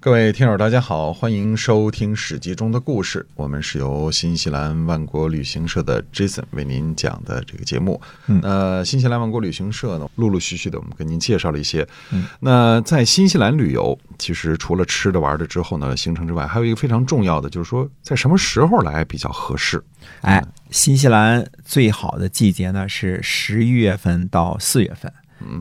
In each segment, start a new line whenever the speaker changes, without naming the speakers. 各位听友，大家好，欢迎收听《史记》中的故事。我们是由新西兰万国旅行社的 Jason 为您讲的这个节目。
嗯
那新西兰万国旅行社呢，陆陆续续的我们跟您介绍了一些。
嗯
那在新西兰旅游，其实除了吃的玩的之后呢，行程之外，还有一个非常重要的，就是说在什么时候来比较合适。
哎，新西兰最好的季节呢是十一月份到四月份，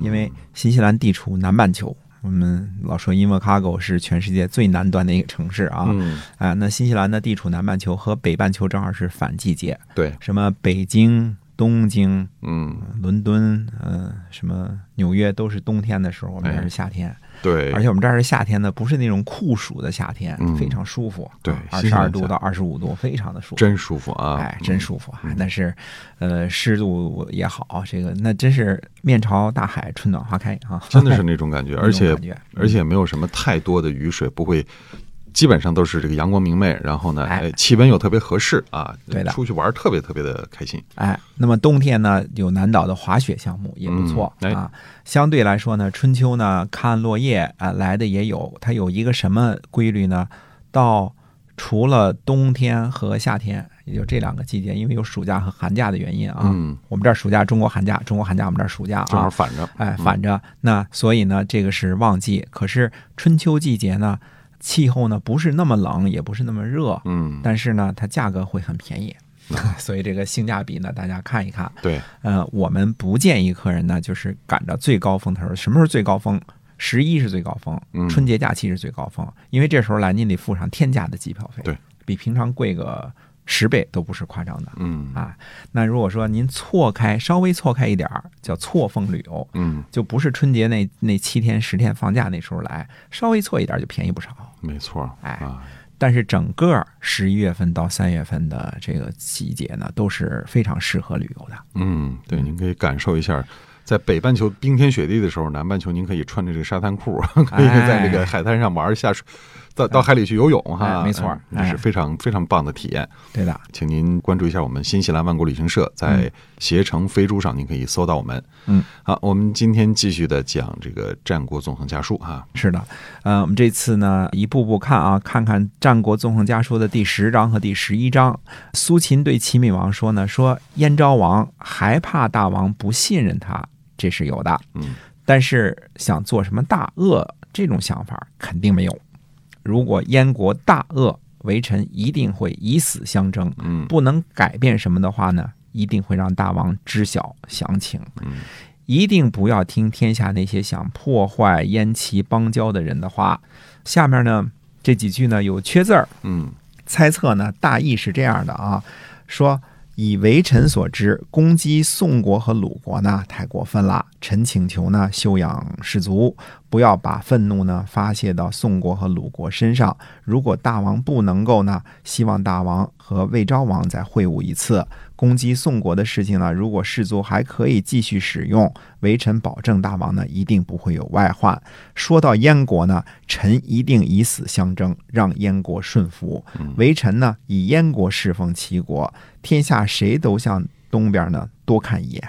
因为新西兰地处南半球。我们老说 Invercargill 是全世界最南端的一个城市啊，
嗯，
啊，那新西兰的地处南半球和北半球正好是反季节，
对，
什么北京、东京、
嗯，
伦敦，嗯、什么纽约都是冬天的时候，我们这
哎
是夏天，
对，
而且我们这儿是夏天呢，不是那种酷暑的夏天，
嗯
非常舒服，
对
二十
新鲜
二
一
度
下
到二十五度，非常的舒服。
真舒服啊，
哎，真舒服啊！但是，呃，湿度也好，这个那真是面朝大海，春暖花开啊！
真的是那种感觉，
那种
而且
感觉嗯
而且没有什么太多的雨水，不会，基本上都是这个阳光明媚，然后呢，
哎
哎，气温又特别合适啊，
对的
出去玩儿特别特别的开心，
哎，那么冬天呢，有南岛的滑雪项目也不错、
嗯哎
啊。相对来说呢，春秋呢看落叶啊、来的也有，它有一个什么规律呢？到除了冬天和夏天，也就这两个季节，因为有暑假和寒假的原因啊。
嗯，
我们这儿暑假，中国寒假，中国寒假，我们这儿暑假啊。
正好反着，
哎，
嗯
反着那，所以呢，这个是旺季。可是春秋季节呢，气候呢不是那么冷，也不是那么热，
嗯，
但是呢，它价格会很便宜， 所以这个性价比呢，大家看一看。
对，
呃，我们不建议客人呢，就是赶着最高峰的时候，什么时候最高峰？十一是最高峰，
嗯
春节假期是最高峰，因为这时候来您得付上天价的机票费，
对，
比平常贵个十倍都不是夸张的。
嗯
啊，那如果说您错开稍微错开一点儿，叫错峰旅游，
嗯，
就不是春节那那七天十天放假那时候来，稍微错一点就便宜不少。
没错，
哎
啊，
但是整个十一月份到三月份的这个季节呢，都是非常适合旅游的。
嗯，对，您可以感受一下。在北半球冰天雪地的时候，南半球您可以穿着这个沙滩裤， 可以在这个海滩上玩儿下水，到到海里去游泳哈，
哎没错
嗯这
哎
是非常非常棒的体验。
对的，
请您关注一下我们新西兰万国旅行社，在携程、飞猪上您可以搜到我们。
嗯，
好，我们今天继续的讲这个战国纵横家书啊。
是的，呃，我们这次呢，一步步看啊，看看《战国纵横家书》的第十章和第十一章。苏秦对齐闵王说呢，说燕昭王害怕大王不信任他，这是有的。
嗯，
但是想做什么大恶这种想法肯定没有。如果燕国大恶，为臣一定会以死相争。
嗯
不能改变什么的话呢，一定会让大王知晓详情。
嗯
一定不要听天下那些想破坏燕齐邦交的人的话。下面呢这几句呢有缺字儿，
嗯
猜测呢大意是这样的啊，说以为臣所知，攻击宋国和鲁国呢太过分了，臣请求呢修养士卒，不要把愤怒呢发泄到宋国和鲁国身上。如果大王不能够呢，希望大王和魏昭王再会晤一次。攻击宋国的事情呢，如果士卒还可以继续使用，微臣保证大王呢一定不会有外患。说到燕国呢，臣一定以死相争，让燕国顺服。微臣呢以燕国侍奉齐国，天下谁都向东边呢多看一眼。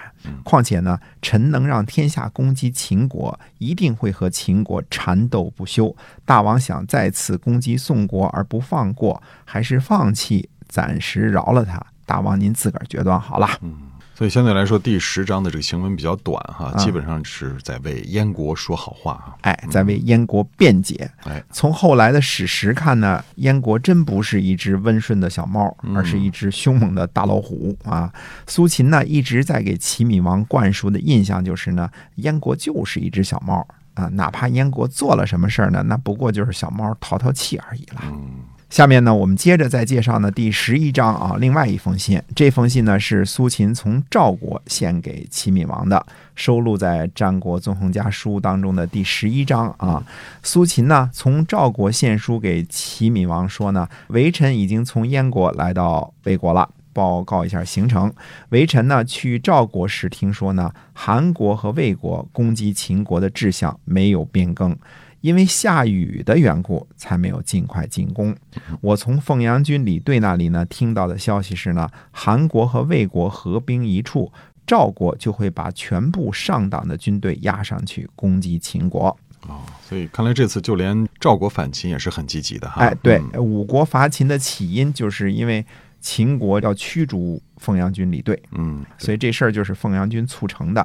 况且呢，臣能让天下攻击秦国，一定会和秦国缠斗不休。大王想再次攻击宋国而不放过，还是放弃，暂时饶了他？大王您自个儿决断好了。
嗯。所以相对来说，第十章的这个行文比较短哈，
啊
基本上是在为燕国说好话啊。
哎，在为燕国辩解。
哎，
从后来的史实看呢，燕国真不是一只温顺的小猫，而是一只凶猛的大老虎啊！苏秦呢一直在给齐闵王灌输的印象就是呢，燕国就是一只小猫啊，哪怕燕国做了什么事儿呢，那不过就是小猫淘淘气而已了。
嗯
下面呢，我们接着再介绍呢第十一章啊，另外一封信。这封信呢是苏秦从赵国献给齐闵王的，收录在《战国纵横家书》当中的第十一章啊。苏秦呢从赵国献书给齐闵王说呢，微臣已经从燕国来到魏国了。报告一下行程。微臣呢去赵国时，听说呢韩国和魏国攻击秦国的志向没有变更，因为下雨的缘故，才没有尽快进攻。我从凤阳军李队那里呢听到的消息是呢，韩国和魏国合兵一处，赵国就会把全部上党的军队压上去攻击秦国。
哦，所以看来这次就连赵国反秦也是很积极的哈。
哎，对
嗯，
五国伐秦的起因就是因为秦国要驱逐凤阳军李队，
嗯，
所以这事儿就是凤阳军促成的。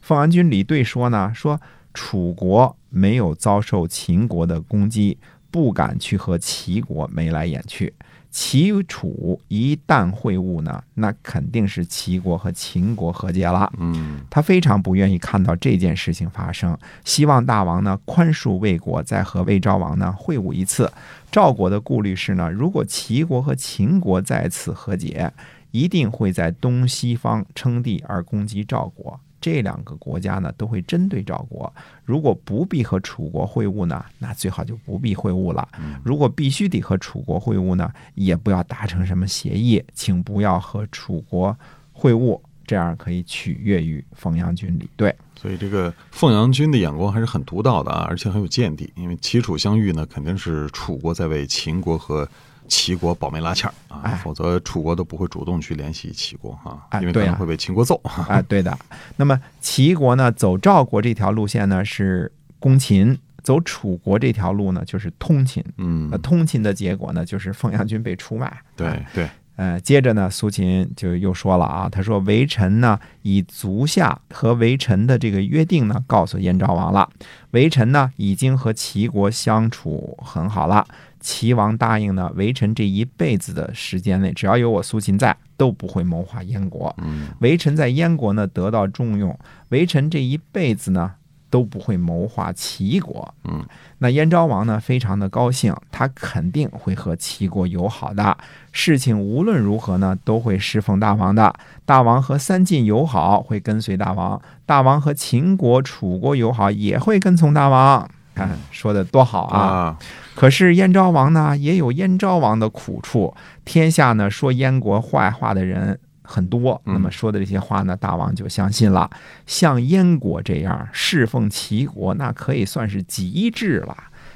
凤阳军李队说呢，说楚国没有遭受秦国的攻击，不敢去和齐国眉来眼去。齐楚一旦会晤呢，那肯定是齐国和秦国和解了。
嗯，
他非常不愿意看到这件事情发生，希望大王呢宽恕魏国，再和魏昭王呢会晤一次。赵国的顾虑是呢，如果齐国和秦国再次和解，一定会在东西方称帝而攻击赵国。这两个国家呢都会针对赵国。如果不必和楚国会晤呢，那最好就不必会晤了。如果必须得和楚国会晤呢，也不要达成什么协议，请不要和楚国会晤，这样可以取悦于冯阳军李队。
所以这个凤阳君的眼光还是很独到的啊，而且很有见地。因为齐楚相遇呢，肯定是楚国在为秦国和齐国保媒拉纤儿啊
哎，
否则楚国都不会主动去联系齐国哈、
哎
因为可
对
能
啊
会被秦国揍。
啊，对的。那么齐国呢，走赵国这条路线呢是攻秦，走楚国这条路呢就是通秦。
嗯
那，通秦的结果呢，就是凤阳军被出卖。
对对，
呃，接着呢，苏秦就又说了啊，他说微臣呢以足下和微臣的这个约定呢，告诉燕昭王了。微臣呢已经和齐国相处很好了，齐王答应呢，微臣这一辈子的时间内，只要有我苏秦在，都不会谋划燕国。
嗯
微臣在燕国呢得到重用，微臣这一辈子呢都不会谋划齐国。
嗯，
那燕昭王呢非常的高兴，他肯定会和齐国友好的。事情无论如何呢都会侍奉大王的，大王和三晋友好会跟随大王，大王和秦国、楚国友好也会跟从大王。看说的多好啊！
啊，
可是燕昭王呢，也有燕昭王的苦处。天下呢，说燕国坏话的人很多，
嗯
那么说的这些话呢，大王就相信了。像燕国这样侍奉齐国，那可以算是极致了。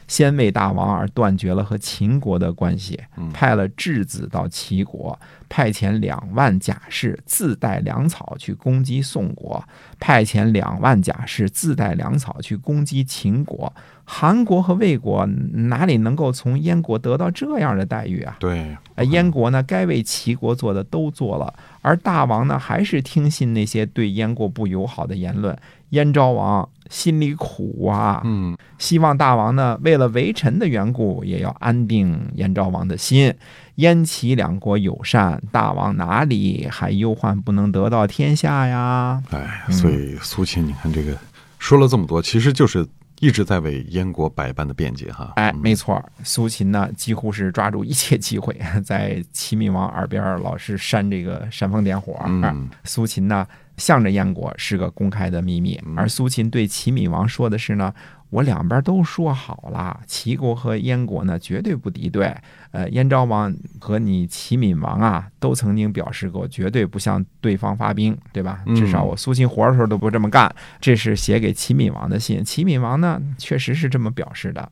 先为大王而断绝了和秦国的关系
嗯，
派了质子到齐国，派遣两万甲士自带粮草去攻击宋国，派遣两万甲士自带粮草去攻击秦国。韩国和魏国哪里能够从燕国得到这样的待遇啊？
对，
呃，燕国呢，该为齐国做的都做了，而大王呢，还是听信那些对燕国不友好的言论。燕昭王心里苦啊，
嗯
希望大王呢，为了微臣的缘故，也要安定燕昭王的心。燕齐两国友善，大王哪里还忧患不能得到天下呀？
哎，
嗯
所以苏秦，你看这个说了这么多，其实就是一直在为燕国百般的辩解哈。
哎，
嗯
没错儿，苏秦呢几乎是抓住一切机会， 在齐闵王耳边儿老是煽这个煽风点火啊儿。
嗯
苏秦呢向着燕国是个公开的秘密
嗯，
而苏秦对齐闵王说的是呢，我两边都说好了，齐国和燕国呢绝对不敌对，呃，燕昭王和你齐闵王啊都曾经表示过绝对不向对方发兵，对吧？
嗯
至少我苏秦活着时候都不这么干，这是写给齐闵王的信，齐闵王呢确实是这么表示的。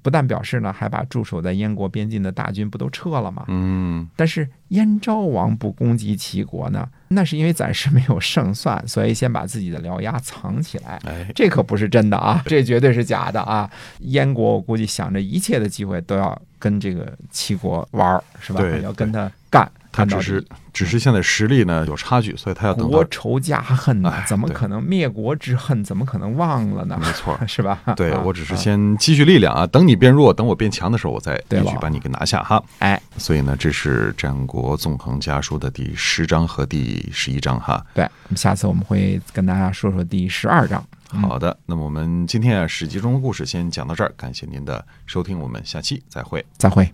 不但表示呢，还把驻守在燕国边境的大军不都撤了吗？
嗯，
但是燕昭王不攻击齐国呢，那是因为暂时没有胜算， 所以先把自己的獠牙藏起来。
哎，
这可不是真的啊，这绝对是假的啊！燕国我估计想着一切的机会都要跟这个齐国玩儿，是吧
对？
要跟他干，
他
干到底
只是只是现在实力呢有差距，所以他要等到
国仇家恨呐
哎，
怎么
对
可能灭国之恨？怎么可能忘了呢？。
没错 儿
是吧？
对
啊
我只是先积蓄力量啊，等你变弱，等我变强的时候，我再
对
一
了
举把你给拿下哈。
哎，
所以呢，这是《战国纵横家书》的第十章和第十一章哈。
对，那么下次我们会跟大家说说第十二章。嗯
好的，那么我们今天啊《史记》中的故事先讲到这儿，感谢您的收听，我们下期再会。
再会。